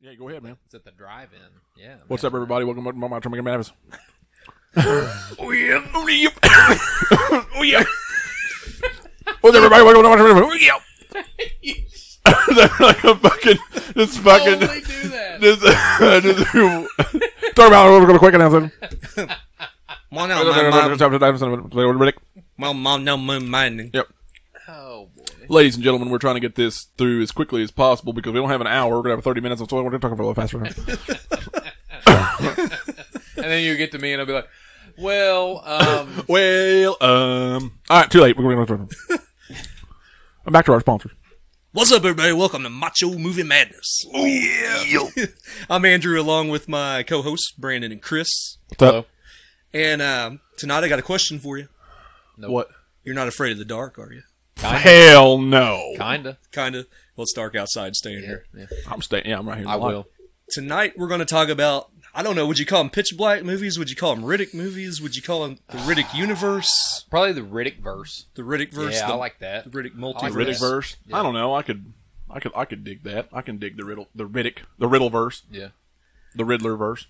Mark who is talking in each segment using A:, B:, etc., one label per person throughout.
A: Yeah, go ahead, man.
B: It's at the drive-in. Yeah.
A: What's up, everybody? Welcome back to my Trumagan Madness.
B: Oh yeah. Oh yeah.
A: Oh yeah. What's up, everybody? Welcome to my Trumagan Madness. Oh yeah. They're like a fucking, just fucking,
B: Only do that.
A: just, just, talk about it real quick, announcement.
C: Well, no, my mom, well, mom, no, my mom.
A: Yep.
B: Oh boy.
A: Ladies and gentlemen, we're trying to get this through as quickly as possible because we don't have an hour. We're gonna have thirty minutes, so we're gonna talk a little faster. Now.
B: And then you get to me, and I'll be like, "Well, um,
A: Well, um, all right, too late. We're gonna go. I'm back to our sponsors.
C: What's up, everybody? Welcome to Macho Movie Madness. Oh yeah. I'm Andrew, along with my co-hosts Brandon and Chris.
A: What's up?
C: And um, tonight I got a question for you.
B: no,
A: What?
C: You're not afraid of the dark, are you?
A: Hell no.
B: Kinda.
C: Kinda. Well, it's dark outside. Staying
B: Yeah,
C: here.
B: yeah.
A: I'm staying. Yeah, I'm right here.
B: I will.
C: Tonight we're going to talk about. I don't know. Would you call them pitch black movies? Would you call them Riddick movies? Would you call them the Riddick universe?
B: Probably the Riddick verse.
C: The Riddick verse.
B: yeah,
C: the,
B: I like that.
C: the Riddick
B: like
C: multiverse.
A: Riddick verse.
B: Yeah.
A: I don't know. I could, I could, I could dig that. I can dig the riddle, the Riddick, the Riddle verse,
B: Yeah.
A: the Riddler verse.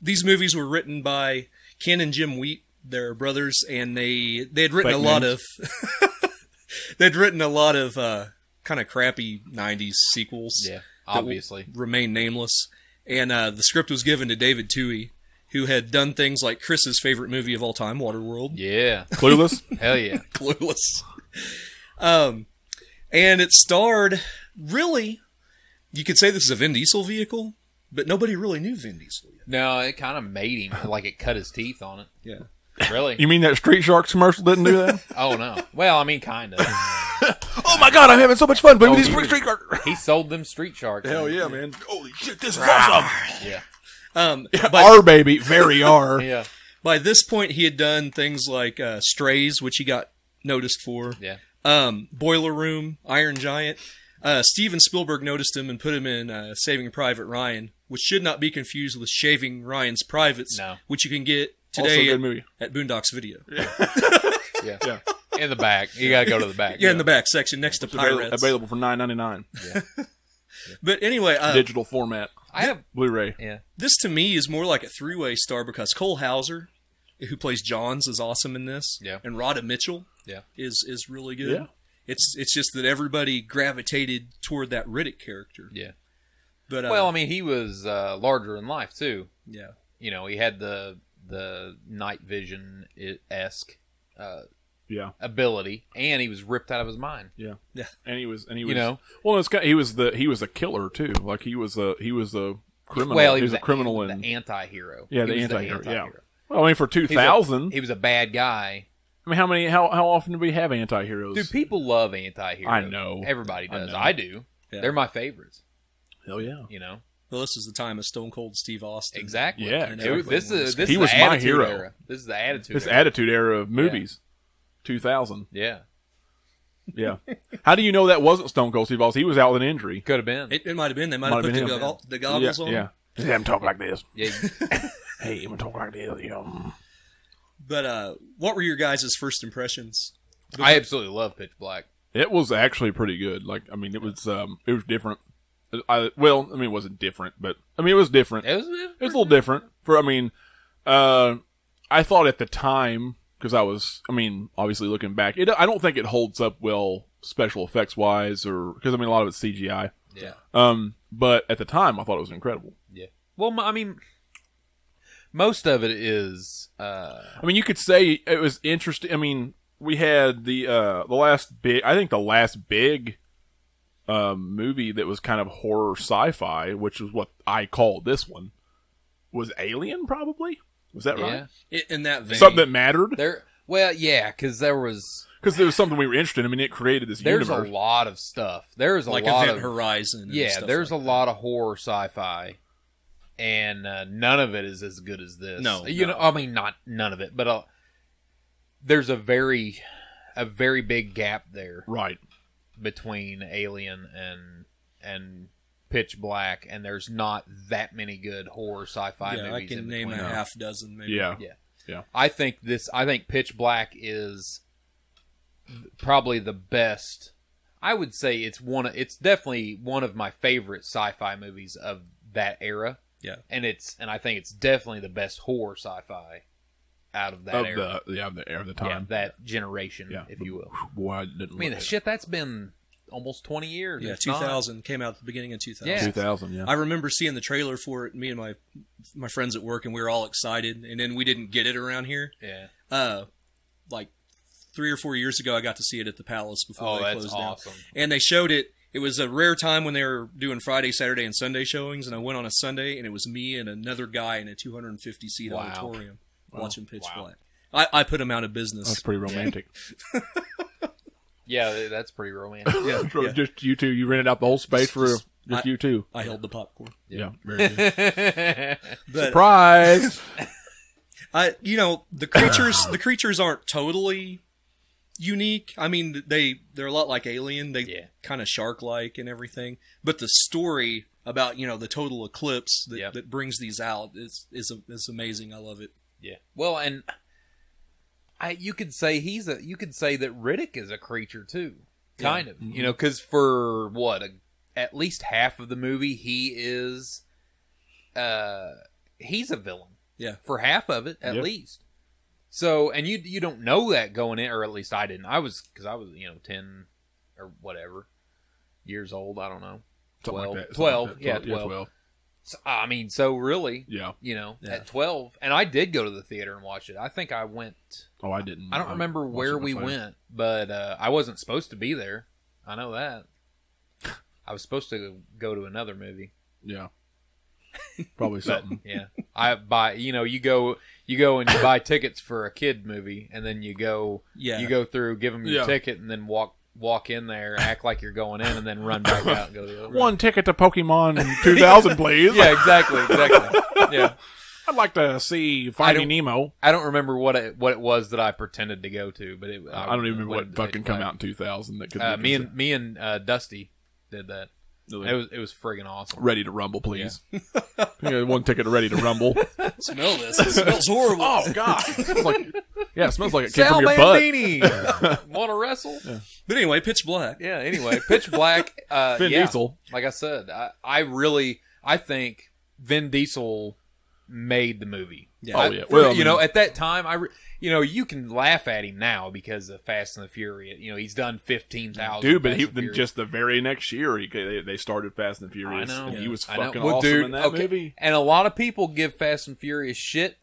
C: these movies were written by Ken and Jim Wheat. They're brothers, and they they had written
A: Fake
C: a lot
A: names.
C: of they'd written a lot of uh, kind of crappy '90s sequels.
B: Yeah,
C: that
B: obviously.
C: will remain nameless. And uh, the script was given to David Toohey, who had done things like Chris's favorite movie of all time, Waterworld,
B: Yeah.
A: Clueless.
B: Hell yeah.
C: Clueless. um, and it starred really, you could say this is a Vin Diesel vehicle, but nobody really knew Vin Diesel yet.
B: No, it kind of made him like it cut his teeth on it.
C: Yeah.
B: Really?
A: You mean that Street Sharks commercial didn't do that?
B: Oh no. Well, I mean, kind of.
A: oh my God, I'm having so much fun playing with
B: Oh,
A: these
B: you-
A: Street Sharks.
B: He sold them street sharks.
A: Hell yeah, man! Holy shit, this is awesome.
B: Yeah.
C: Um, but
A: Our baby, very R.
B: Yeah.
C: by this point he had done things like uh, strays which he got noticed for
B: Yeah.
C: um, boiler room iron giant uh, steven spielberg noticed him and put him in uh, saving private ryan which should not be confused with shaving ryan's privates
B: No.
C: which you can get
A: Also a
C: today
A: good
C: at,
A: movie.
C: at boondocks video yeah,
B: Yeah.
A: Yeah.
B: In the back. You got to go to the back.
C: in the back section next to
A: Available,
C: pirates
A: available for nine ninety nine,
C: but anyway uh,
A: digital format,
B: I have.
A: Blu-ray.
B: Yeah.
C: this to me is more like a three-way star because cole hauser who plays johns is awesome in this
B: Yeah.
C: and rhoda mitchell
B: Yeah.
C: is is really good.
A: Yeah.
C: It's it's just that everybody gravitated toward that Riddick character.
B: Yeah.
C: But uh,
B: Well, I mean, he was uh, larger in life too.
C: yeah,
B: You know, he had the the night vision esque uh,
A: Yeah,
B: ability, and he was ripped out of his mind.
A: yeah,
C: Yeah.
A: And he was, and he
B: You
A: was,
B: know?
A: well, it's kind he was the he was a killer too. Like he was a he was a criminal.
B: Well,
A: he was a
B: the-
A: criminal
B: the
A: and
B: anti-hero.
A: yeah,
B: He
A: the
B: was
A: anti-hero,
B: anti-hero.
A: Yeah. Hmm? Well, I mean, for two
B: He's a-
A: thousand,
B: He was a bad guy.
A: I mean, how many? How how often do we have anti-heroes?
B: Dude, people love anti-heroes.
A: I know.
B: Everybody
A: I
B: does.
A: know.
B: I, do.
C: Yeah.
B: They're my favorites.
A: Hell yeah.
B: You know
C: well, this is the time of Stone Cold Steve Austin.
B: exactly.
A: Yeah,
B: Dude,
C: exactly.
B: this is this
A: He
B: is
A: was
B: the
A: my
B: attitude
A: hero.
B: Era. This is the attitude.
A: This
B: era.
A: attitude era of movies, two thousand.
B: yeah,
A: Yeah. how do you know that wasn't Stone Cold Steve Austin? He was out with an injury.
B: could have been.
C: It, it might have been they might
A: Might
C: have put
A: have
C: the,
A: been him.
C: goggle- the goggles
A: yeah,
C: on.
A: yeah. Let him talk like this.
B: yeah,
A: Hey, him talk like this. Yeah.
C: But uh, what were your guys' first impressions?
B: I absolutely love Pitch Black.
A: It was actually pretty good. Like, I mean, it was um, it was different. I well, I mean, it wasn't different, but I mean, it was different.
B: It was,
A: It was a little different. For I mean, uh, I thought at the time because I was, I mean, obviously looking back, it I don't think it holds up well special effects wise, or because I mean, a lot of it's CGI.
B: yeah.
A: Um, but at the time, I thought it was incredible.
B: Yeah. Well, m- I mean, most of it is. Uh,
A: I mean, you could say it was interesting. I mean, we had the uh, the last big. I think the last big um, movie that was kind of horror sci-fi, which is what I call this one, was Alien. Probably was that right?
B: yeah.
C: I- In that vein,
A: Something that mattered
B: There. Well, yeah, because there was
A: because there was something we were interested. in. I mean, it created this
B: there's
A: universe.
B: a lot of stuff. There's a
C: like
B: lot
C: Event
B: of
C: Horizon. And
B: yeah.
C: stuff
B: There's
C: like
B: a lot of horror sci-fi, and uh, none of it is as good as this.
C: No,
B: you
C: no.
B: know, I mean, not none of it, but uh, there's a very, a very big gap there
A: right.
B: between Alien and and Pitch Black, and there's not that many good horror sci-fi
C: yeah, I
B: movies.
C: can
B: in
C: name a
B: between.
C: half dozen. Maybe.
A: Yeah.
B: Yeah.
A: Yeah.
B: I think this I think Pitch Black is probably the best I would say it's one. Of, it's definitely one of my favorite sci-fi movies of that era.
C: Yeah.
B: and it's and I think it's definitely the best horror sci-fi out of that
A: of
B: era,
A: the yeah of the of the
B: Yeah,
A: time.
B: that generation,
A: Yeah.
B: if you will.
A: Boy, I didn't.
B: I
A: look
B: mean, the
A: at
B: shit that's been almost twenty years.
C: Yeah,
B: if
C: two
B: not.
C: thousand came out at the beginning of two thousand.
A: it.
B: Yeah.
A: 2000. Yeah.
C: I remember seeing the trailer for it. Me and my my friends at work, and we were all excited. And then we didn't get it around here.
B: Yeah.
C: Uh, like three or four years ago, I got to see it at the Palace before
B: Oh,
C: they
B: that's
C: closed
B: awesome.
C: down. And they showed it. It was a rare time when they were doing Friday, Saturday, and Sunday showings. And I went on a Sunday, and it was me and another guy in a 250 seat
B: Wow.
C: auditorium watching Pitch
B: Wow.
C: Black. I, I put him out of business.
A: That's pretty romantic.
B: Yeah, th- that's pretty romantic.
C: yeah,
A: So
C: yeah.
A: Just you two. You rented out the whole space for just
C: I-
A: you two.
C: I held the popcorn.
A: Yeah. Very good.
C: But
A: Surprise!
C: I, you know, the creatures, the creatures aren't totally unique. I mean, they they're a lot like Alien. They
B: Yeah.
C: kind of shark like and everything. But the story about you know the total eclipse that,
B: Yep.
C: that brings these out is is is amazing. I love it.
B: yeah. Well, and I you could say he's a you could say that Riddick is a creature too, kind of.
C: Mm-hmm.
B: You know, because for what a, at least half of the movie he is, uh, he's a villain.
C: Yeah.
B: for half of it at
A: Yeah.
B: least. So, and you you don't know that going in, or at least I didn't. I was because I was you know ten or whatever years old. I don't know.
A: Something like
B: 12.
A: that. Something
B: 12,
A: like that.
B: yeah, 12. So, I mean, so really,
A: Yeah.
B: you know,
C: Yeah.
B: at 12. And I did go to the theater and watch it. I think I went,
A: Oh, I didn't.
B: I don't remember
A: watched
B: where
A: it
B: we
A: myself.
B: went, but uh, I wasn't supposed to be there. I know that. I was supposed to go to another movie.
A: Yeah. Probably
B: But
A: something.
B: yeah, I buy. You know, you go, you go and you buy tickets for a kid movie, and then you go,
C: Yeah,
B: you go through, give them your
A: Yeah.
B: ticket, and then walk, walk in there, act like you're going in, and then run back out and go to the other.
A: One ticket to Pokemon 2000, please.
B: Yeah, exactly, exactly. Yeah.
A: I'd like to see
B: don't-
A: Finding Nemo.
B: I don't remember what it what it was that I pretended to go to, but it,
A: I, don't even remember
B: went
A: what
B: to
A: fucking come
B: Pitch
A: out in 2000. That could
B: Black. Uh,
A: be
B: me and me and uh, Dusty did that. It
A: considered-
B: was it was friggin' awesome.
A: Ready to Rumble, please. Yeah, one ticket to Ready to Rumble.
C: smell this. It smells horrible.
A: oh God! It's like- yeah, it smells like it came
B: Sal
A: from your butt.
B: Bandini, want to wrestle? Yeah.
C: But anyway, Pitch Black.
B: Anyway, Pitch Black. Uh,
A: Vin
B: yeah.
A: Diesel.
B: Like I said, I, I really I think Vin Diesel made the movie.
C: Yeah.
A: Oh
B: I-
A: yeah.
B: for-
A: Well, I
B: you know,
A: mean,
B: at that time, I, re- you know, you can laugh at him now because of Fast and the Furious. You know, he's done fifteen thousand.
A: dude, but he then just the very next year he, they, they started Fast and
B: I
A: Furious,
B: know.
A: and he was
B: I know.
A: fucking
B: Well,
A: awesome
B: dude,
A: in that
B: okay,
A: movie.
B: And a lot of people give Fast and Furious shit,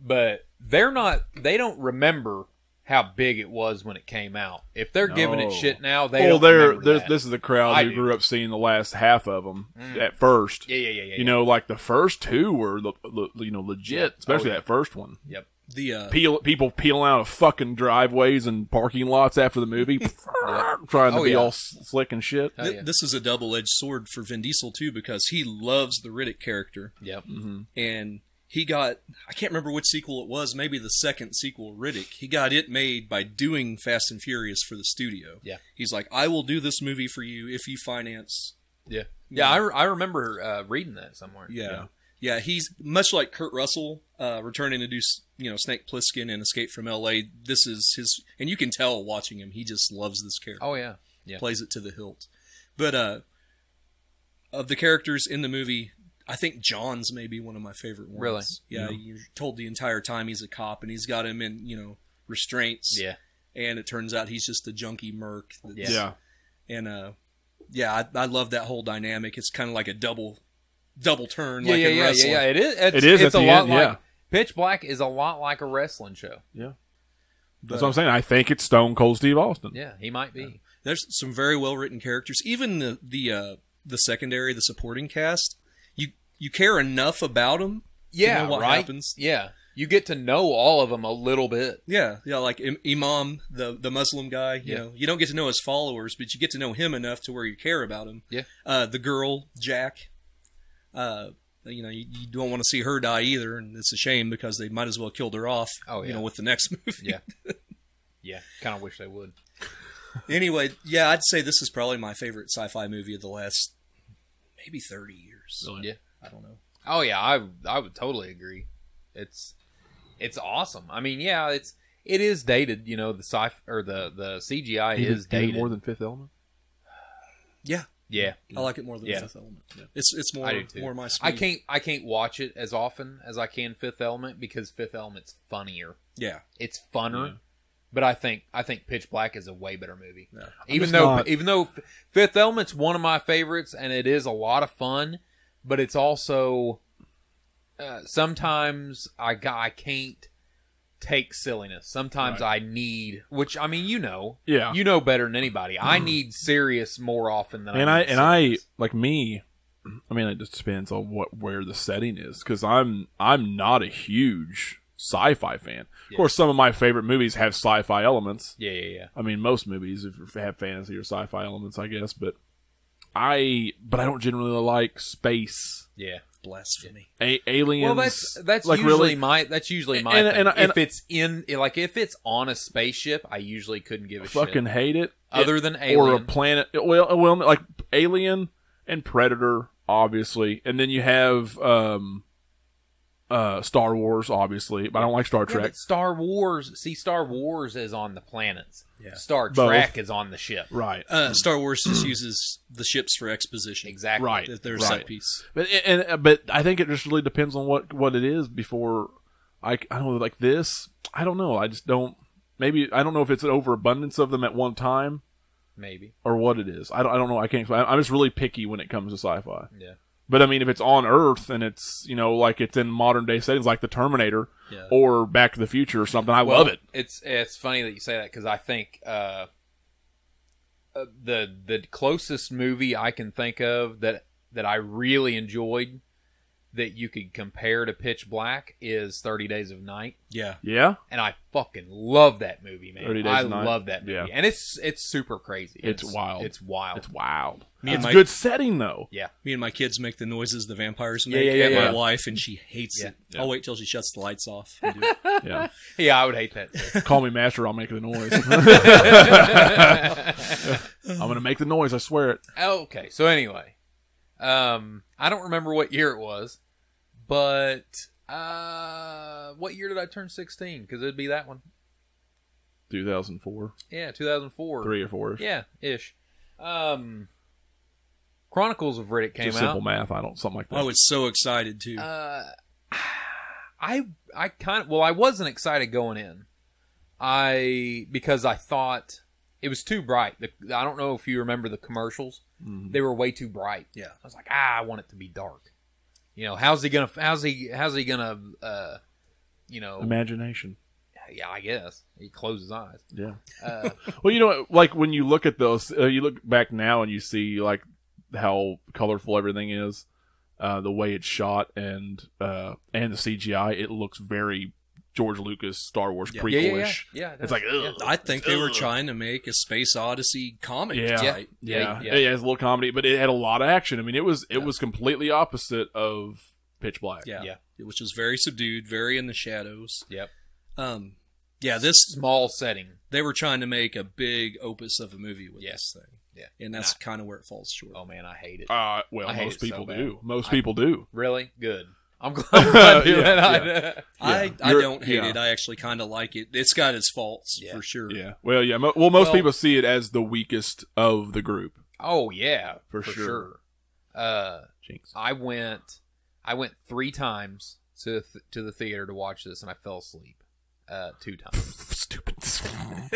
B: but they're not. They don't remember how big it was when it came out. If they're giving
A: No.
B: it shit now, they
A: Well,
B: don't
A: they're,
B: remember
A: they're
B: that.
A: this is the crowd
B: I
A: who
B: do. Mm.
A: grew up seeing the last half of them at first.
B: yeah, yeah, yeah, yeah.
A: You know, like the first two were le- le- you know legit, especially
B: yeah.
A: that first one.
B: yeah. yep.
C: The uh,
A: Peel, people peeling out of fucking driveways and parking lots after the movie, trying to
B: Oh,
A: be
B: yeah.
A: all s- slick and shit.
B: Oh,
C: th-
B: yeah.
C: this is a double edged sword for Vin Diesel too because he loves the Riddick character
B: Yep.
A: Mm-hmm.
C: and he got I can't remember which sequel it was, maybe the second sequel, Riddick. He got it made by doing Fast and Furious for the studio.
B: Yeah.
C: He's like, I will do this movie for you if you finance.
B: Yeah. Yeah. I, re- I remember uh, reading that somewhere.
C: Yeah. Yeah, he's much like Kurt Russell, uh, returning to do s- you know Snake Plissken and Escape from L.A. This is his, and you can tell watching him, he just loves this character.
B: Oh yeah. Yeah.
C: plays it to the hilt. But uh, of the characters in the movie, I think John's maybe one of my favorite ones.
B: Really?
C: Yeah, you're told the entire time he's a cop, and he's got him in you know restraints.
B: Yeah.
C: and it turns out he's just a junkie merc. that's-
A: Yeah,
C: and uh, yeah, I, I love that whole dynamic. It's kind of like a double, double turn. like in
B: yeah, yeah,
C: wrestling.
B: yeah. It is. It's,
A: It is
B: It's
A: at
B: a
A: the
B: lot
A: end,
B: like
A: yeah.
B: Pitch Black is a lot like a wrestling show.
A: that's what I'm saying. I think it's Stone Cold Steve Austin.
B: Yeah, he might be.
C: There's some very well written characters. Even the the uh, the secondary, the supporting cast, you you care enough about them.
B: Yeah.
C: know what
B: right.
C: happens?
B: Yeah. You get to know all of them a little bit.
C: Yeah, yeah, like Im- Imam, the the Muslim guy. You
B: Yeah.
C: know, you don't get to know his followers, but you get to know him enough to where you care about him.
B: Yeah.
C: Uh, the girl Jack, uh, you know, you, you don't want to see her die either, and it's a shame because they might as well killed her off.
B: Oh,
C: You
B: yeah.
C: know, with the next movie.
B: Yeah. Yeah. Kind of wish they would.
C: anyway, yeah, I'd say this is probably my favorite sci-fi movie of the last maybe thirty years.
B: Yeah.
C: I don't know.
B: Oh yeah, I I would totally agree. It's it's awesome. I mean, yeah, it's it is dated. You know, the sci or the the CGI
A: Even-
B: is
A: even
B: dated.
A: more than Fifth Element.
C: Yeah,
B: Yeah.
C: I like it more than
B: Yeah.
C: Fifth Element. It's it's more
B: I do too.
C: more my speed.
B: I can't I can't watch it as often as I can Fifth Element because Fifth Element's funnier.
C: Yeah,
B: It's funner. But I think I think Pitch Black is a way better movie.
C: Yeah.
B: Even
A: just
B: though
A: not-
B: even though F- Fifth Element's one of my favorites and it is a lot of fun, but it's also uh, sometimes I ga- I can't take silliness. Sometimes I need, which I mean, you know,
A: Yeah. Mm-hmm.
B: you know better than anybody. I need serious more often than
A: and I
B: I need
A: and I
B: serious.
A: like me. I mean, it just depends on what where the setting is because I'm I'm not a huge sci-fi fan. Of
B: Yeah.
A: course, some of my favorite movies have sci-fi elements.
B: yeah yeah yeah
A: I mean, most movies if you have fantasy or sci-fi elements, I guess. But I but I don't generally like space
B: yeah.
C: blasphemy.
A: a- aliens.
B: Well, that's that's
A: like
B: usually
A: really.
B: my that's usually my
A: And-
B: thing.
A: and- and-
B: if it's in like if it's on a spaceship, I usually couldn't give a
A: fucking
B: shit.
A: hate it.
B: Other than
A: It- or a
B: Alien.
A: planet. Well, uh, well, like Alien and Predator, obviously, and then you have um, uh, Star Wars, obviously. But I don't like Star
B: Yeah,
A: Trek.
B: but Star Wars, see, Star Wars is on the planets.
C: Yeah.
B: Star
A: Both.
B: Trek is on the ship.
A: right,
C: Uh, Star Wars just uses the ships for exposition.
B: Exactly.
A: right,
C: That they're a
A: right.
C: set piece.
A: But and and- but I think it just really depends on what what it is before. I I don't know like this. I don't know. I just don't. Maybe I don't know if it's an overabundance of them at one time
B: Maybe.
A: or what it is. I don't, I don't know. I can't. I, I'm just really picky when it comes to sci-fi.
B: Yeah.
A: But I mean, if it's on Earth and it's you know like it's in modern day settings like the Terminator
C: Yeah.
A: or Back to the Future or something, I
B: Well,
A: love it.
B: It's it's funny that you say that because I think uh, uh, the the closest movie I can think of that that I really enjoyed that you could compare to Pitch Black is Thirty Days of Night.
C: Yeah.
A: Yeah,
B: and I fucking love that movie, man.
A: 30 Days
B: I
A: of Night.
B: love that movie,
A: Yeah.
B: and it's it's super crazy.
A: It's wild.
B: It's wild.
A: it's wild.
C: Me and
A: it's
C: my-
A: good setting though.
B: yeah,
C: Me and my kids make the noises the vampires
A: Yeah,
C: make
A: yeah, yeah,
C: at
A: yeah.
C: my wife, and she hates
B: Yeah.
C: it.
A: Yeah.
C: I'll wait till she shuts the lights off. and do it.
A: Yeah,
B: yeah. I would hate that. too.
A: call me master. I'll make the noise. I'm gonna make the noise. I swear it.
B: okay, so anyway, um, I don't remember what year it was, but uh, what year did I turn sixteen? Because it'd be that one.
A: 2004,
B: Yeah, two thousand four.
A: three or four.
B: Yeah, ish. Um, Chronicles of Riddick came
A: Just
B: out.
A: simple math. I don't something like that.
C: I was so excited too.
B: Uh, I I kind of well, I wasn't excited going in. I because I thought it was too bright. The, I don't know if you remember the commercials;
A: Mhm.
B: they were way too bright.
C: yeah.
B: I was like, ah, I want it to be dark. You know, how's he gonna? How's he? How's he gonna? Uh, you know,
A: Imagination.
B: yeah, I guess he closed his eyes.
A: Yeah.
B: Uh,
A: Well, you know, like when you look at those, uh, you look back now and you see like how colorful everything is, uh, the way it's shot, and uh, and the CGI. It looks very George Lucas Star Wars
C: Yeah.
A: prequelish.
B: yeah, yeah, yeah, yeah.
A: It's like,
B: yeah.
A: ugh.
C: I think they were
A: Ugh.
C: trying to make a space odyssey comic.
A: Yeah.
C: type.
A: Yeah,
B: Yeah,
A: yeah,
B: yeah.
A: it's a little comedy, but it had a lot of action. I mean, it was it was completely opposite of Pitch Black.
C: yeah,
B: Yeah.
C: Which was very subdued, very in the shadows.
B: Yep.
C: Um, yeah. This
B: small setting.
C: they were trying to make a big opus of a movie with
B: Yeah.
C: this thing.
B: Yeah.
C: And that's kind of where it falls short.
B: Oh man, I hate it.
A: Uh, well,
B: I hate
A: most
B: it so
A: people
B: bad.
A: do. Most
B: I-
A: people do.
B: Really good. I'm glad, I'm glad you
A: Yeah,
B: and I-
C: I,
A: Yeah.
C: I
A: You're-
C: don't hate
A: yeah.
C: it. I actually kind of like it. It's got its faults
B: Yeah.
C: for sure.
A: Yeah. Well, yeah. Mo- well, most
B: Well-
A: people see it as the weakest of the group.
B: Oh yeah,
A: For
B: for,
A: sure.
B: sure. Uh,
A: Jinx.
B: I went, I went three times to th- to the theater to watch this, and I fell asleep uh, two times.
A: Stupid.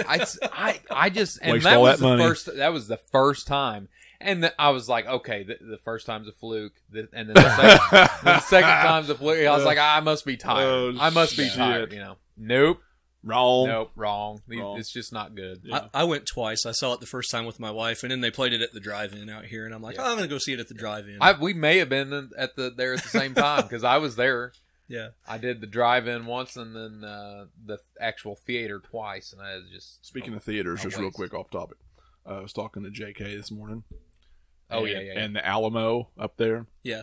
B: I, s- I- I just and
A: Waste
B: that
A: all
B: was
A: that
B: the
A: money.
B: first. That was the first time, and the, I was like, okay, the, the first time's a fluke, the, and then the second, the second time's a fluke. I was like, I must be tired.
A: Oh,
B: I must be
A: shit.
B: tired. You know, nope,
A: Wrong.
B: nope, wrong. The-
A: Wrong.
B: It's just not good.
A: Yeah.
C: I, I went twice. I saw it the first time with my wife, and then they played it at the drive-in out here, and I'm like,
B: Yeah.
C: oh, I'm gonna go see it at the drive-in.
B: I, we may have been in- at the there at the same time because I was there.
C: yeah,
B: I did the drive-in once and then uh, the actual theater twice, and I was just
A: Speaking of theaters,
B: Oh,
A: just real
B: waste.
A: quick off topic. Uh, I was talking to JK this morning.
B: Oh
A: and,
B: yeah, yeah, yeah.
A: And the Alamo up there.
C: Yeah.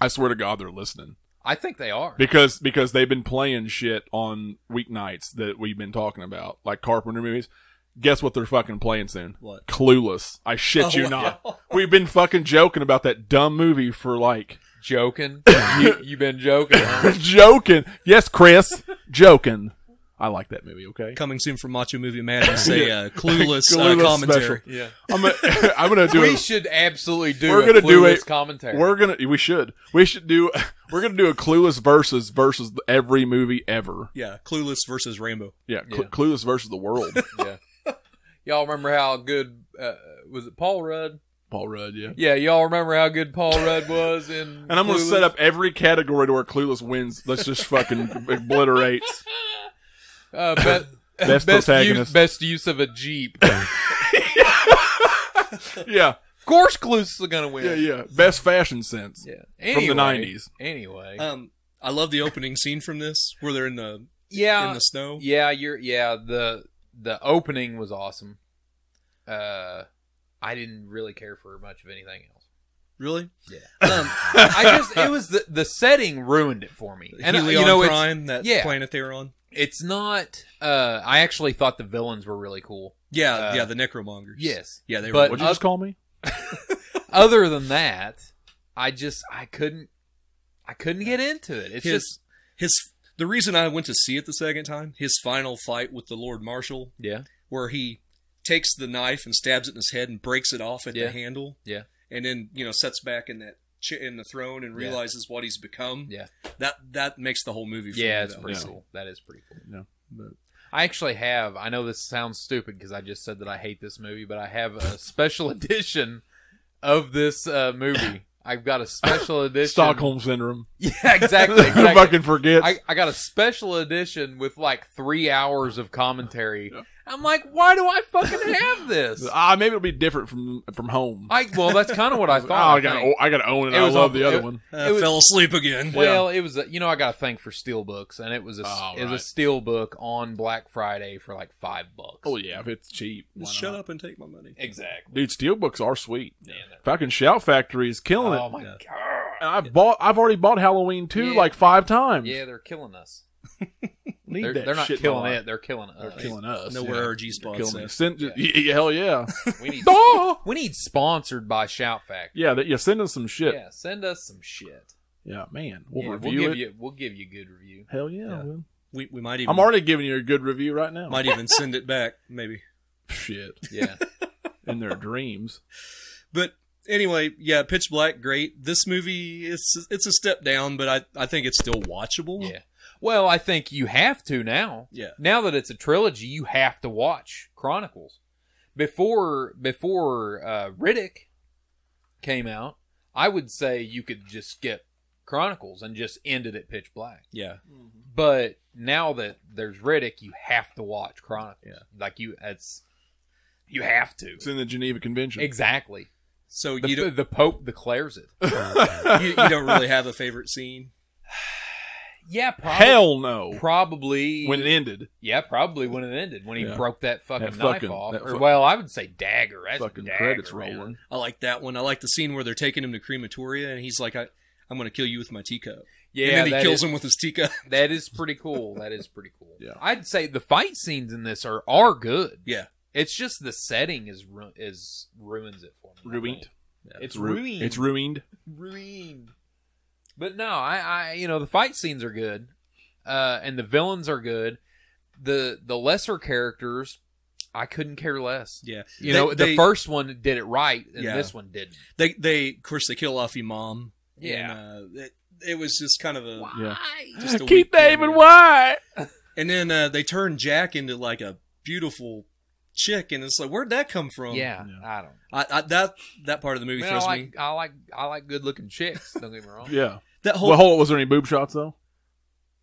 A: I swear to God, they're listening
B: I think they are.
A: because because they've been playing shit on weeknights that we've been talking about, like Carpenter movies. Guess what they're fucking playing soon?
C: what?
A: Clueless. I shit
C: Oh,
A: you
C: wow.
A: not. We've been fucking joking about that dumb movie for like
B: joking, you, you been joking? huh?
A: joking. Yes, Chris, joking. I like that movie. Okay,
C: Coming soon from Macho Movie Madness, a uh, clueless,
A: Clueless
C: uh, commentary.
A: special.
B: Yeah.
A: I'm gonna, I'm gonna do
B: we
A: a,
B: should absolutely do
A: We're
B: a
A: gonna do
B: clueless
A: a-
B: commentary.
A: We're gonna we should we should do we're gonna do a clueless versus versus every movie ever.
C: Yeah, clueless versus Rambo.
A: Yeah, cl-
B: Yeah.
A: clueless versus the world.
B: yeah. Y'all remember how good uh, was it Paul Rudd?
A: Paul Rudd. Yeah.
B: Yeah, y'all remember how good Paul Rudd was in
A: And I'm gonna
B: Clueless?
A: set up every category to where Clueless wins. Let's just fucking obliterate.
B: uh, best,
A: Best protagonist.
B: Use, best use of a jeep. of
A: Yeah,
B: course, Clueless is gonna win.
A: yeah, yeah. Best fashion sense.
B: Yeah.
A: From the
B: Anyway-
A: 90s.
B: Anyway.
C: Um, I love the opening scene from this where they're in the
B: yeah.
C: in the snow.
B: Uh, yeah, you're yeah, the the opening was awesome. Uh I didn't really care for much of anything else.
C: Really?
B: Yeah.
C: Um,
B: I just it was the the setting ruined it for me. And uh,
C: Helion
B: you know it's
C: Prime, that
B: yeah.
C: planet they were on.
B: it's not uh I actually thought the villains were really cool.
C: Yeah,
B: Uh,
C: yeah, the Necromongers.
B: Yes.
C: yeah, they
B: but-
C: were.
A: What'd you just call me?
B: Other than that, I just I couldn't I couldn't get into it. It's
C: his
B: just
C: his the reason I went to see it the second time. His final fight with the Lord Marshal,
B: yeah.
C: where he takes the knife and stabs it in his head and breaks it off at
B: Yeah.
C: the handle.
B: Yeah.
C: and then you know sets back in that ch- in the throne and
B: Yeah.
C: realizes what he's become.
B: Yeah.
C: that that makes the whole movie. For
B: Yeah,
C: me,
B: it's
C: though.
B: pretty
A: Yeah.
B: cool. That is pretty cool.
A: No.
B: I actually have. I know this sounds stupid because I just said that I hate this movie, but I have a special edition of this uh, movie. I've got a special edition.
A: Stockholm syndrome.
B: Yeah,
A: Who
B: exactly. exactly.
A: fucking forgets?
B: I, I got a special edition with like three hours of commentary. I'm like, why do I fucking have this?
A: Ah, maybe it'll be different from from home.
B: I well, that's kind of what I
A: Oh,
B: thought.
A: I
B: I
A: gotta,
B: think.
A: I gotta own it.
B: It
A: I
B: was
A: love
B: on-
A: the other
B: it-
A: one.
C: Uh,
B: It was-
C: fell asleep again.
B: Well, it was a, you know I got a thing for steelbooks, and it was a
A: Oh,
B: it was
A: right.
B: a steelbook on Black Friday for like five bucks.
A: Oh yeah, if it's cheap. why
C: Shut
A: not?
C: up and take my money.
B: exactly.
A: dude. Steelbooks are sweet.
B: Yeah, they're-
A: Fucking Shout Factory is killing
B: Oh
A: it.
B: my
C: Yeah.
B: god!
A: And I've bought. I've already bought Halloween two
B: Yeah.
A: like five times.
B: Yeah, they're killing us.
A: Need
B: They're,
A: that
B: they're not
A: shit in my
B: killing
A: life.
B: it. They're killing us.
A: They're killing us.
C: Know where our G spots.
A: killing us. Uh, Send, yeah. yeah, hell yeah.
B: We need.
A: Duh!
B: we need sponsored by Shout Factory.
A: yeah, that, yeah. Send us some shit. Yeah,
B: Yeah, send us some shit.
A: man. We'll
B: Yeah,
A: review
B: give
A: it.
B: you. We'll give you good review.
A: Hell yeah.
C: Yeah.
A: we'll-
C: We, we might even
A: I'm already giving you a good review right now.
C: might even send it back maybe.
A: shit
B: Yeah,
A: in their dreams.
C: But anyway, yeah, Pitch Black, great. This movie, it's it's a step down, but I I think it's still watchable.
B: yeah. Well, I think you have to now.
C: Yeah.
B: Now that it's a trilogy, you have to watch Chronicles. Before before uh, Riddick came out, I would say you could just skip Chronicles and just end it at Pitch Black.
C: yeah,
B: But now that there's Riddick, you have to watch Chronicles.
C: Yeah.
B: Like you, it's you have to.
A: It's in the Geneva Convention.
B: Exactly.
C: So
B: The,
C: you don't
B: the Pope declares it.
C: you, you don't really have a favorite scene.
B: Yeah, probably.
A: Hell no.
B: Probably
A: When it ended,
B: yeah, probably when it ended when he
A: Yeah.
B: broke that fucking
A: That
B: knife
A: fucking-
B: off.
A: that
B: Or,
A: fuck-
B: well, I would say dagger. That's
A: fucking
B: dagger,
A: credits
B: man.
A: rolling.
C: I like that one. I like the scene where they're taking him to crematoria, and he's like, I. I'm gonna kill you with my teacup.
B: Yeah,
C: and then
B: that
C: he kills
B: is-
C: him with his teacup.
B: That is pretty cool. That is pretty cool.
A: Yeah.
B: I'd say the fight scenes in this are are good.
C: Yeah.
B: It's just the setting is ru- is ruins it for me. I
A: Ruined.
B: think. It's
A: Ru-
B: ruined.
A: It's ruined.
B: ruined. But no, I, I, you know, the fight scenes are good, uh, and the villains are good. the The lesser characters, I couldn't care less.
C: Yeah,
B: You
C: They-
B: know,
C: they-
B: the first one did it right, and
C: Yeah.
B: this one didn't.
C: they they of course they kill off Imam.
B: Yeah.
C: and, uh, it, it was just kind of a.
A: Yeah.
C: Just a
A: Keep
C: weak
A: that
C: cameo.
A: even wide.
C: And then uh, they turn Jack into like a beautiful chick, and it's like, where'd that come from?
B: yeah,
A: Yeah.
B: I don't.
C: I, I, that that part of the movie
B: Man, I
C: throws me.
B: like, I like, I like good looking chicks. Don't get me wrong.
A: Yeah.
C: That whole
A: Well, Oh. hold on. Was there any boob shots though?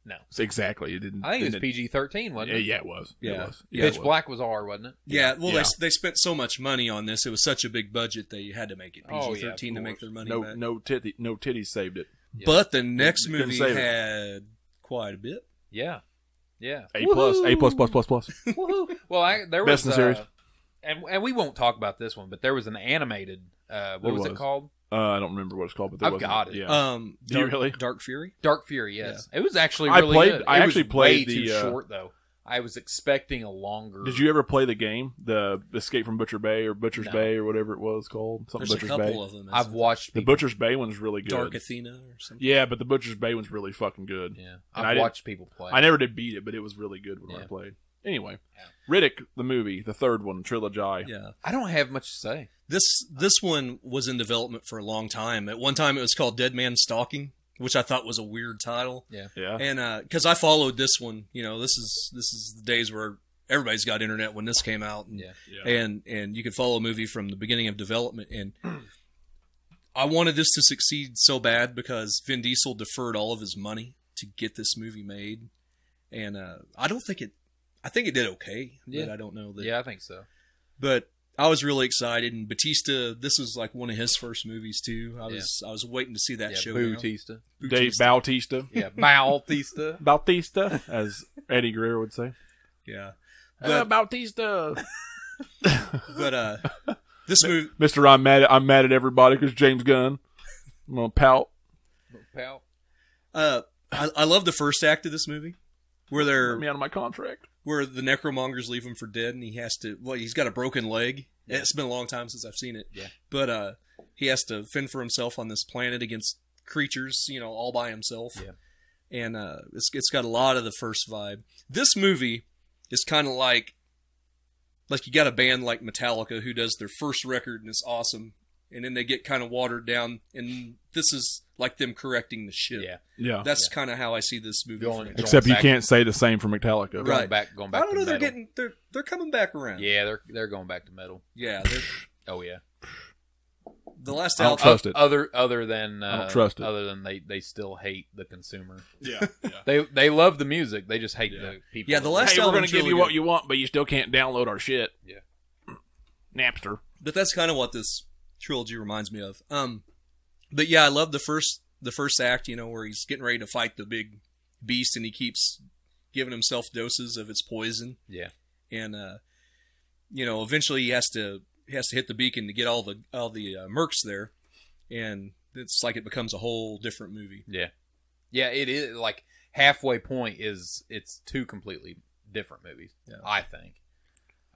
B: No.
A: Exactly. It didn't.
B: I think it was
A: didn't-
B: PG thirteen, wasn't
A: Yeah,
B: it?
A: yeah, it was. It
C: Yeah.
A: was.
B: Pitch
A: it was.
B: Black was R, wasn't it?
C: yeah, well,
A: Yeah.
C: They, they spent so much money on this; it was such a big budget they had to make it PG
B: Oh, yeah, of
C: thirteen to make
B: course.
C: their money
A: No,
C: back.
A: no titty, no titties saved it.
B: Yeah.
C: But the next
A: Couldn't
C: movie
A: save it.
C: had quite a bit.
B: Yeah, yeah.
A: A plus, A plus, plus, plus, plus.
B: Woohoo. Well, I, there was
A: Best in series.
B: uh, and and we won't talk about this one, but there was an animated. Uh, what
A: There
B: was, it
A: was.
B: called?
A: Uh, I don't remember what it's called, but there
B: I've
A: wasn't-
B: got it.
A: Yeah.
C: Um,
A: Do you
C: Dark,
A: really?
C: Dark Fury.
B: Dark Fury. Yes, it was actually
A: I
B: really
A: played-
B: good.
A: I
B: It was
A: actually played
B: way
A: the,
B: too
A: uh,
B: short though. I was expecting a longer.
A: Did you ever play the game, the Escape from Butcher Bay or Butcher's
C: No.
A: Bay or whatever it was called? Something
C: There's a
A: Butcher's
C: couple
A: Bay.
C: of them.
B: I've
C: isn't
B: watched
A: the
B: people,
A: Butcher's Bay one's really
C: there?
A: good.
C: Dark Athena or something.
A: yeah, but the Butcher's Bay one's really fucking good.
B: Yeah,
A: And
B: I've
A: I didn't-
B: watched people play.
A: I never did beat it, but it was really good when I
B: Yeah.
A: played. Anyway,
B: Yeah.
A: Riddick the movie, the third one, trilogy.
C: Yeah.
B: I don't have much to say.
C: This this one was in development for a long time. At one time, it was called Dead Man Stalking, which I thought was a weird title.
A: Yeah.
C: And because I followed this one, you know, this is this is the days where everybody's got internet when this came out, and
B: Yeah.
A: yeah.
C: and and you could follow a movie from the beginning of development. And I wanted this to succeed so bad because Vin Diesel deferred all of his money to get this movie made, and uh, I don't think it. I think it did okay, but
B: Yeah.
C: I don't know that
B: Yeah, I think so.
C: but I was really excited. And Batista, this was like one of his first movies too. I was I was waiting to see that
B: yeah,
C: show.
B: Bautista.
A: Dave Bautista.
B: Yeah, Bautista.
A: Bautista, as Eddie Greer would say.
C: yeah,
A: Uh,
C: but
A: Bautista.
C: but uh, this movie,
A: Mister, I'm mad. At, I'm mad at everybody because James Gunn. I'm gonna pout.
B: Pal.
C: uh, I, I love the first act of this movie. Where
A: Get
C: they're
A: me out of my contract.
C: where the necromongers leave him for dead, and he has to. Well, he's got a broken leg.
B: Yeah.
C: It's been a long time since I've seen it.
B: Yeah.
C: But uh, he has to fend for himself on this planet against creatures, you know, all by himself.
B: Yeah.
C: And uh, it's it's got a lot of the first vibe. This movie is kind of like like you got a band like Metallica who does their first record and it's awesome, and then they get kind of watered down, and this is like them correcting the ship.
B: Yeah.
A: Yeah.
C: That's kind of how I see this movie.
B: Going-
C: from-
A: Except you
B: back-
A: can't say the same for Metallica.
C: Right.
B: Going back, going back
C: I don't
B: to
C: know. They're
B: metal.
C: getting they're they're coming back around.
B: Yeah, they're they're going back to metal.
C: Yeah, they're-
B: Oh yeah.
C: the last
A: I don't
C: album.
A: trust
B: O-
A: it.
B: Other other than
A: I
B: uh,
A: don't trust it.
B: Other than they they still hate the consumer.
A: Yeah.
B: They they love the music. They just hate
A: Yeah.
B: the people.
C: Yeah, the last-
A: hey, we're gonna
C: album's
A: give
C: really
A: you what
C: good.
A: you want, but you still can't download our shit.
B: Yeah.
A: Napster.
C: but that's kind of what this trilogy reminds me of. Um, but yeah, I love the first the first act. You know, where he's getting ready to fight the big beast, and he keeps giving himself doses of its poison,
B: Yeah.
C: and uh, you know, eventually he has to he has to hit the beacon to get all the all the uh, mercs there, and it's like it becomes a whole different movie.
B: Yeah. Yeah, it is like halfway point is it's two completely different movies,
C: Yeah.
B: I think.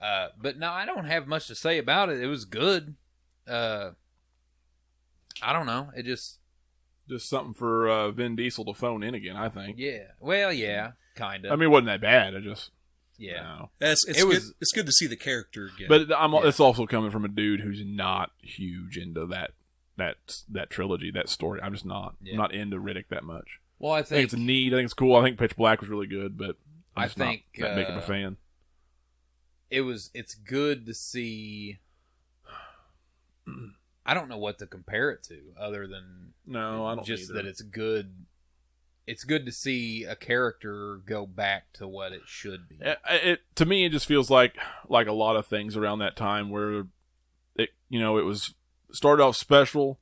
B: Uh but no, I don't have much to say about it. It was good. Uh I don't know. It just
A: Just something for uh, Vin Diesel to phone in again. I think.
B: yeah. Well, yeah, kind of.
A: I mean, it wasn't that bad. I just.
B: yeah.
A: no.
C: It's, it's
B: It
C: good,
B: was-
C: it's good to see the character again.
A: But I'm,
B: Yeah.
A: it's also coming from a dude who's not huge into that that that trilogy, that story. I'm just not.
B: Yeah.
A: I'm not into Riddick that much.
B: Well, I
A: I think
B: think
A: it's neat. I think it's cool. I think Pitch Black was really good, but I'm
B: I
A: just not
B: think,
A: that big of a
B: uh,
A: fan.
B: it was it's good to see I don't know what to compare it to other than
A: No, I don't.
B: just
A: either.
B: that it's good it's good to see a character go back to what it should be.
A: it, it to me it just feels like like a lot of things around that time where it you know it was started off special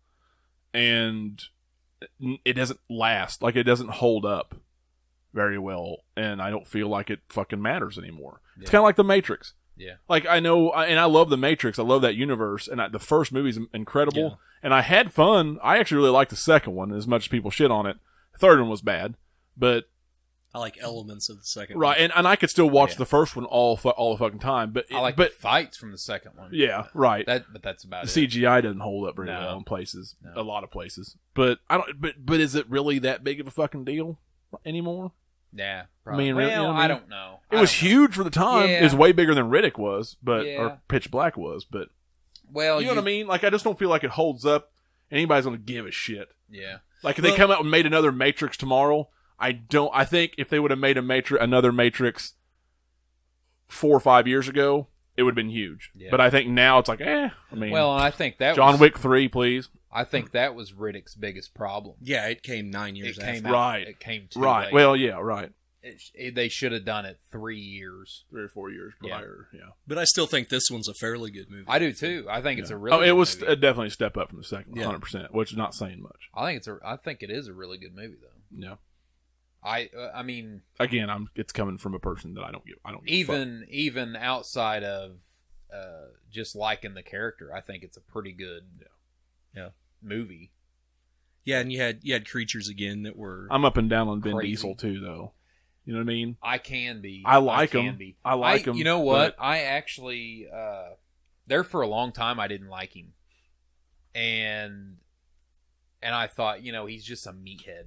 A: and it doesn't last like it doesn't hold up very well and i don't feel like it fucking matters anymore it's
B: Yeah.
A: kind of like the matrix
B: Yeah.
A: like i know I- and i love the matrix i love that universe and I, the first movie's incredible
C: Yeah.
A: and i had fun i actually really liked the second one as much as people shit on it the third one was bad but
C: I like elements of the second.
A: Right, and, and I could still watch
B: Yeah.
A: the first one all fu- all the fucking time, but
B: I like
A: but
B: the fights from the second one.
A: yeah, right.
B: That but that's about
A: The
B: it.
A: CGI doesn't hold up very
B: No.
A: well in places,
B: No.
A: a lot of places. But I don't. But but is it really that big of a fucking deal anymore?
B: yeah.
A: I
B: Probably.
A: mean,
B: well,
A: really, you know what I
B: I
A: mean?
B: don't know.
A: It
B: I
A: was
B: don't know.
A: huge for the time. It was
B: Yeah.
A: way bigger than Riddick was, but
B: Yeah.
A: or Pitch Black was. But
B: Well,
A: you know what I mean? Like I just don't feel like it holds up. and Anybody's gonna give a shit.
B: Yeah.
A: Like if they
C: Well-
A: come out and made another Matrix tomorrow, I don't. I think if they would have made a Matrix, another Matrix, four or five years ago, it would have been huge.
B: Yeah.
A: But I think now it's like, eh. I mean,
B: Well, I think that
A: John
B: was,
A: Wick three, please.
B: I think that was Riddick's biggest problem.
C: Yeah, it came nine years
B: it
C: after.
B: came
A: after.
B: out-
A: Right.
B: It came too
A: Right.
B: late.
A: Well, yeah, right.
B: It sh- it- they should have done it three years.
A: Three or four years
B: Yeah.
A: prior. Yeah.
C: But I still think this one's a fairly good movie.
B: I do too. I think it's
A: Yeah.
B: a really.
A: Oh, it
B: good
A: was
B: movie.
A: uh, definitely a step up from the second, one,
C: Yeah.
A: hundred percent, which is not saying much.
B: I think it's a. I think it is a really good movie though.
A: Yeah.
B: I. Uh, I mean,
A: Again, I'm. It's coming from a person that I don't give. I don't give a fuck.
B: even even outside of uh, just liking the character, I think it's a pretty good.
C: Yeah.
B: Movie.
C: Yeah, and you had you had creatures again that were
A: I'm up and down on Vin
B: Crazy.
A: Diesel too, though. You know what I mean?
B: I can be.
A: I like
B: can
A: him.
B: be.
A: I like him,
B: You know what? I actually uh, there for a long time I didn't like him, and and I thought you know he's just a meathead.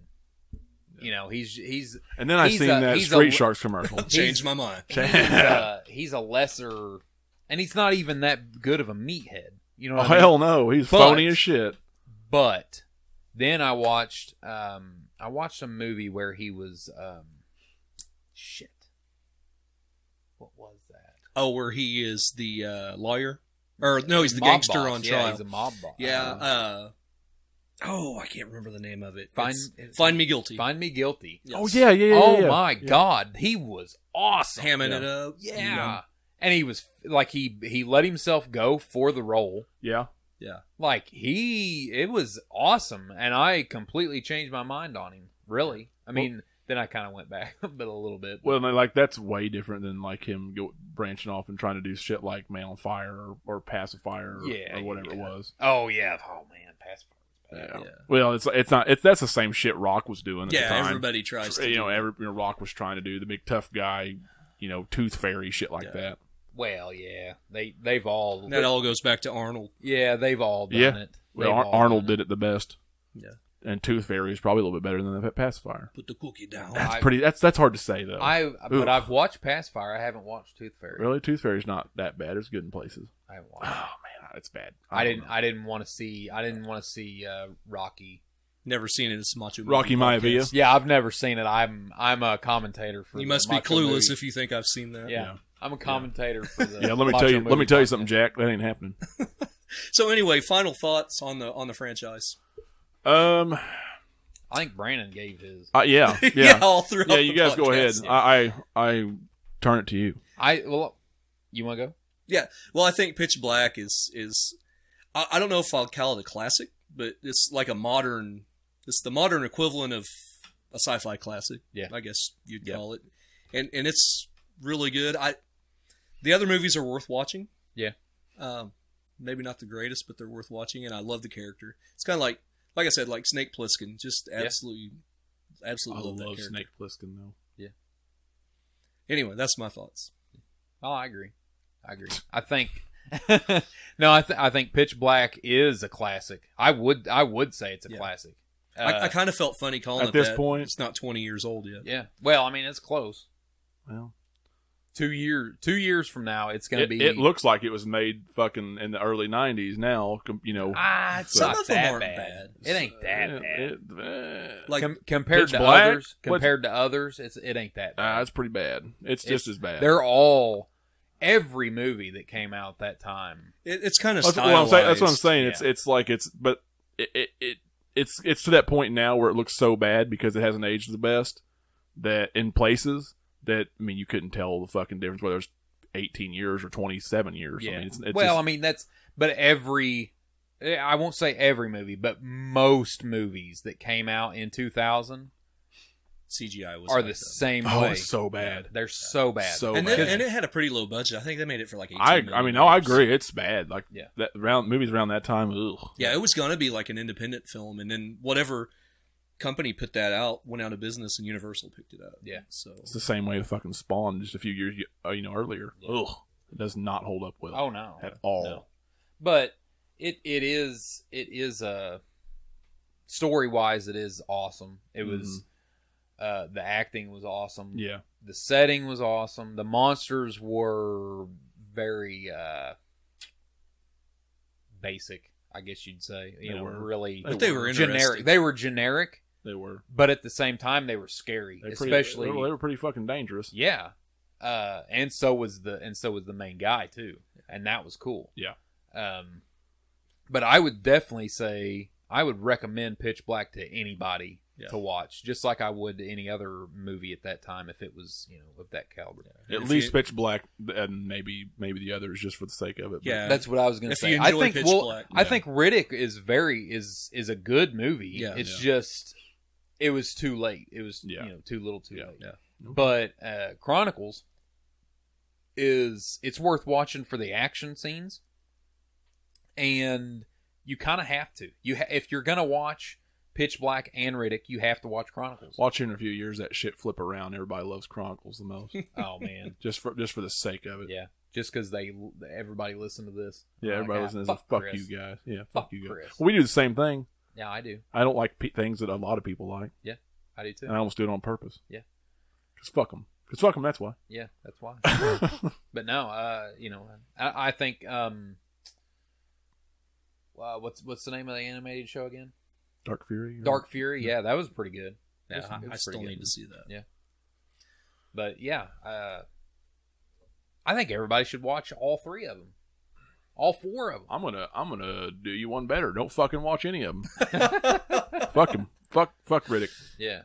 B: You know he's he's
A: And then I
B: He's
A: seen
B: a-
A: that
B: he's a
A: Street
B: li-
A: Sharks commercial.
C: Changed my mind.
B: he's, uh, he's a lesser, and he's not even that good of a meathead. You know,
A: oh,
B: what I mean?
A: hell no, he's
B: But-
A: phony as shit.
B: But then I watched um I watched a movie where he was um shit. What was that?
C: Oh, where he is the uh, lawyer, or no, he's the
B: Mob
C: gangster
B: boss.
C: on
B: Yeah,
C: trial.
B: he's a mob boss.
C: yeah.
B: Uh,
C: Uh, oh, I can't remember the name of it.
B: Find-
C: It's find me guilty.
B: Find me guilty.
C: Yes.
A: Oh yeah, yeah, yeah.
B: oh
A: yeah.
B: my god, he was awesome.
C: hamming
A: Yeah.
C: it up.
B: yeah.
C: Yeah.
B: And he was like he he let himself go for the role.
A: Yeah,
B: Like he it was awesome and I completely changed my mind on him. Really. I mean, then I kind of went back but a little bit.
A: well, and, like that's way different than like him go, branching off and trying to do shit like Man on Fire or, or Pacifier or,
B: Yeah,
A: or whatever it
B: yeah.
A: was.
B: oh yeah. Oh man, Passport was bad.
A: Yeah.
C: Yeah.
A: Well, it's it's not it's that's the same shit Rock was doing at the
C: Yeah,
A: time.
C: everybody tries to.
A: you
C: do
A: know,
C: it.
A: every you know, Rock was trying to do the big tough guy, you know, tooth fairy shit like
C: Yeah.
A: that.
B: Well, yeah. They they've all
C: that all goes back to Arnold.
B: Yeah, they've all done
A: Yeah.
B: it.
A: Well,
B: They've
A: Ar-
B: all
A: Arnold
B: done
A: did it the best.
C: Yeah.
A: And tooth fairy is probably a little bit better than the pacifier.
C: Put the cookie down.
A: That's
B: I-
A: pretty. That's that's hard to say though.
B: it. I
A: Oof.
B: but I've watched Pacifier. I haven't watched Tooth Fairy.
A: really, tooth fairy's not that bad. It's good in places.
B: I haven't
A: Oh
B: watched. it.
A: man, it's bad.
B: I
A: don't
B: didn't.
A: know.
B: I didn't want to see. I didn't want to see uh, Rocky.
C: Never seen it. It's a Macho.
A: Rocky
C: Movie
A: Maivia.
C: podcast.
B: Yeah, I've never seen it. I'm. I'm a commentator for.
C: You
B: the
C: must be
B: Macho
C: clueless
B: Movie.
C: if you think I've seen that.
B: Yeah.
A: Yeah.
B: I'm a commentator for the.
A: Yeah, let me
B: Macho
A: tell you. Let
B: Movie
A: me tell you
B: podcast.
A: something, Jack. That ain't happening.
C: So anyway, final thoughts on the on the franchise.
A: Um.
B: I think Brandon gave his.
A: Uh, yeah. Yeah.
C: all throughout.
A: Yeah, you
C: the
A: guys go ahead.
C: podcast.
A: I, I I turn it to you.
B: I well, you want to go?
C: Well, I think Pitch Black is is I, I don't know if I'll call it a classic, but it's like a modern. It's the modern equivalent of a sci-fi classic.
B: Yeah.
C: I guess you'd
B: Yeah.
C: call it, and and it's really good. I the other movies are worth watching.
B: Yeah.
C: Um, maybe not the greatest, but they're worth watching, and I love the character. It's kind of like like I said, like Snake Plissken, just
B: Yeah.
C: absolutely, absolutely love, that character.
A: Plissken though.
C: Anyway, that's my thoughts.
B: Oh, I agree. I agree. I think. no, I, th- I think Pitch Black is a classic. I would I would say it's a
C: Yeah.
B: classic.
C: I, I
B: Uh,
C: kind of felt funny calling
A: at
C: it
A: this
C: that.
A: point-
C: It's not twenty years old yet.
B: yeah. Well, I mean, it's close.
A: Well,
B: Two year two years from now, it's going
A: it,
B: to be.
A: it looks like it was made fucking in the early '90s. Now, com- you know,
B: Ah, it's
C: Some
B: not
C: of 'em
B: that
C: aren't
B: bad.
C: bad.
B: It ain't that
A: it-
B: bad.
A: it- eh.
C: Like
B: Com- compared
A: Pitch
B: to
A: Black?
B: others,
A: What's- Ah,
B: compared to others, it's it ain't that. Bad.
A: Nah, it's pretty bad. It's, just as bad.
B: They're all every movie that came out that time.
C: It, it's kind of
A: That's,
C: stylized.
A: what I'm saying, that's what I'm saying. It's
B: yeah.
A: it's like it's but it, it, it it's it's to that point now where it looks so bad because it hasn't aged the best that in places that I mean you couldn't tell the fucking difference whether it's 18 years or 27 years. I
B: Yeah.
A: mean, it's, it's
B: well,
A: just-
B: I mean that's but every eh, I won't say every movie, but most movies that came out in 2000
C: CGI was
B: are
C: like
B: the
C: that.
B: same
A: oh,
B: way.
A: it's so bad.
B: They're so bad.
A: So
C: and,
A: bad.
C: it, and it had a pretty low budget. I think they made it for like. 18
A: I I
C: million
A: mean, no, I
C: dollars.
A: agree. It's bad. Like
B: Yeah.
A: that round movies around that time. Ugh.
C: Yeah, it was gonna be like an independent film, and then whatever company put that out went out of business, and Universal picked it up.
B: Yeah.
C: So
A: It's the same way with fucking Spawn just a few years uh, you know earlier.
B: Yeah.
A: Ugh, it does not hold up well
B: oh no.
A: at all.
B: No. But it it is it is a story wise it is awesome. It was
A: Mm-hmm.
B: uh the acting was awesome.
A: Yeah,
B: The setting was awesome. The monsters were very uh basic, I guess you'd say. You
A: They
B: know,
A: were.
B: really
C: but they were interesting.
B: generic. They were generic,
A: they were.
B: but at the same time they were scary,
A: They pretty-
B: especially
A: they were pretty fucking dangerous.
B: yeah. Uh, and so was the and so was the main guy too, and that was cool.
A: Yeah.
B: Um, but I would definitely say I would recommend Pitch Black to anybody
C: Yeah.
B: to watch, just like I would any other movie at that time if it was you know of that caliber.
A: At
C: If
A: least
C: you-
A: Pitch Black, and maybe maybe the others just for the sake of it. but-
C: Yeah.
B: That's what I was gonna
C: If
B: say.
C: you
B: I
C: enjoy
B: think
C: Pitch
B: well,
C: Black,
B: I
A: yeah.
B: think Riddick is very is is a good movie.
C: Yeah.
B: it's
A: Yeah.
B: just it was too late. It was
A: Yeah.
B: you know too little, too
A: Yeah.
B: late.
C: Yeah.
B: But uh, Chronicles is it's worth watching for the action scenes, and you kind of have to. You ha- if you're gonna watch Pitch Black and Riddick, you have to watch Chronicles.
A: Watch in a few years that shit flip around. Everybody loves Chronicles the most,
B: Oh man,
A: just for just for the sake of it.
B: yeah. Just because they everybody listened to this,
A: Yeah,
B: Like,
A: everybody
B: ah,
A: listens. Fuck, fuck
B: Chris.
A: you guys. Yeah, fuck,
B: Fuck
A: you guys.
B: Chris.
A: Well, we do the same thing.
B: Yeah, I do.
A: I don't like pe- things that a lot of people like,
B: I do too.
A: and I almost do it on purpose.
B: Yeah.
A: because fuck them. Because fuck them. That's why.
B: Yeah, that's why. but no, uh, you know, I, I think um, uh, what's what's the name of the animated show again?
A: Dark Fury. or-
B: Dark Fury. Yeah, that was pretty good.
C: Yeah,
B: It's-
C: I-
B: it's
C: I still
B: pretty
C: need
B: good.
C: to see that.
B: But yeah, uh, I think everybody should watch all three of them, all four of them.
A: I'm gonna I'm gonna do you one better. Don't fucking watch any of them. fuck them. Fuck fuck Riddick.
B: Yeah,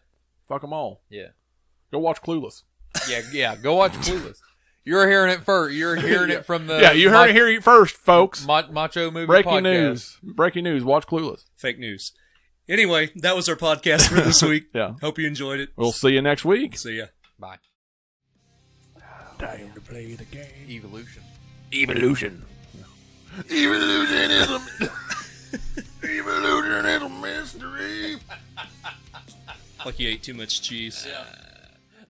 A: Fuck them all.
B: yeah,
A: Go watch Clueless.
B: yeah, yeah. Go watch Clueless. You're hearing it first. You're hearing it from the
A: yeah, you heard it
B: ma-
A: here you- first, folks.
B: ma- macho movie
A: Breaking
B: podcast.
A: news. Breaking news. Watch Clueless.
C: Fake news. Anyway, that was our podcast for this week.
A: Yeah.
C: Hope you enjoyed it.
A: We'll see you next week.
C: See ya.
B: Bye.
A: Time to play the game.
B: Evolution.
A: Evolution. Evolutionism. Evolutionism E. mystery.
C: Like you ate too much cheese.
B: Yeah.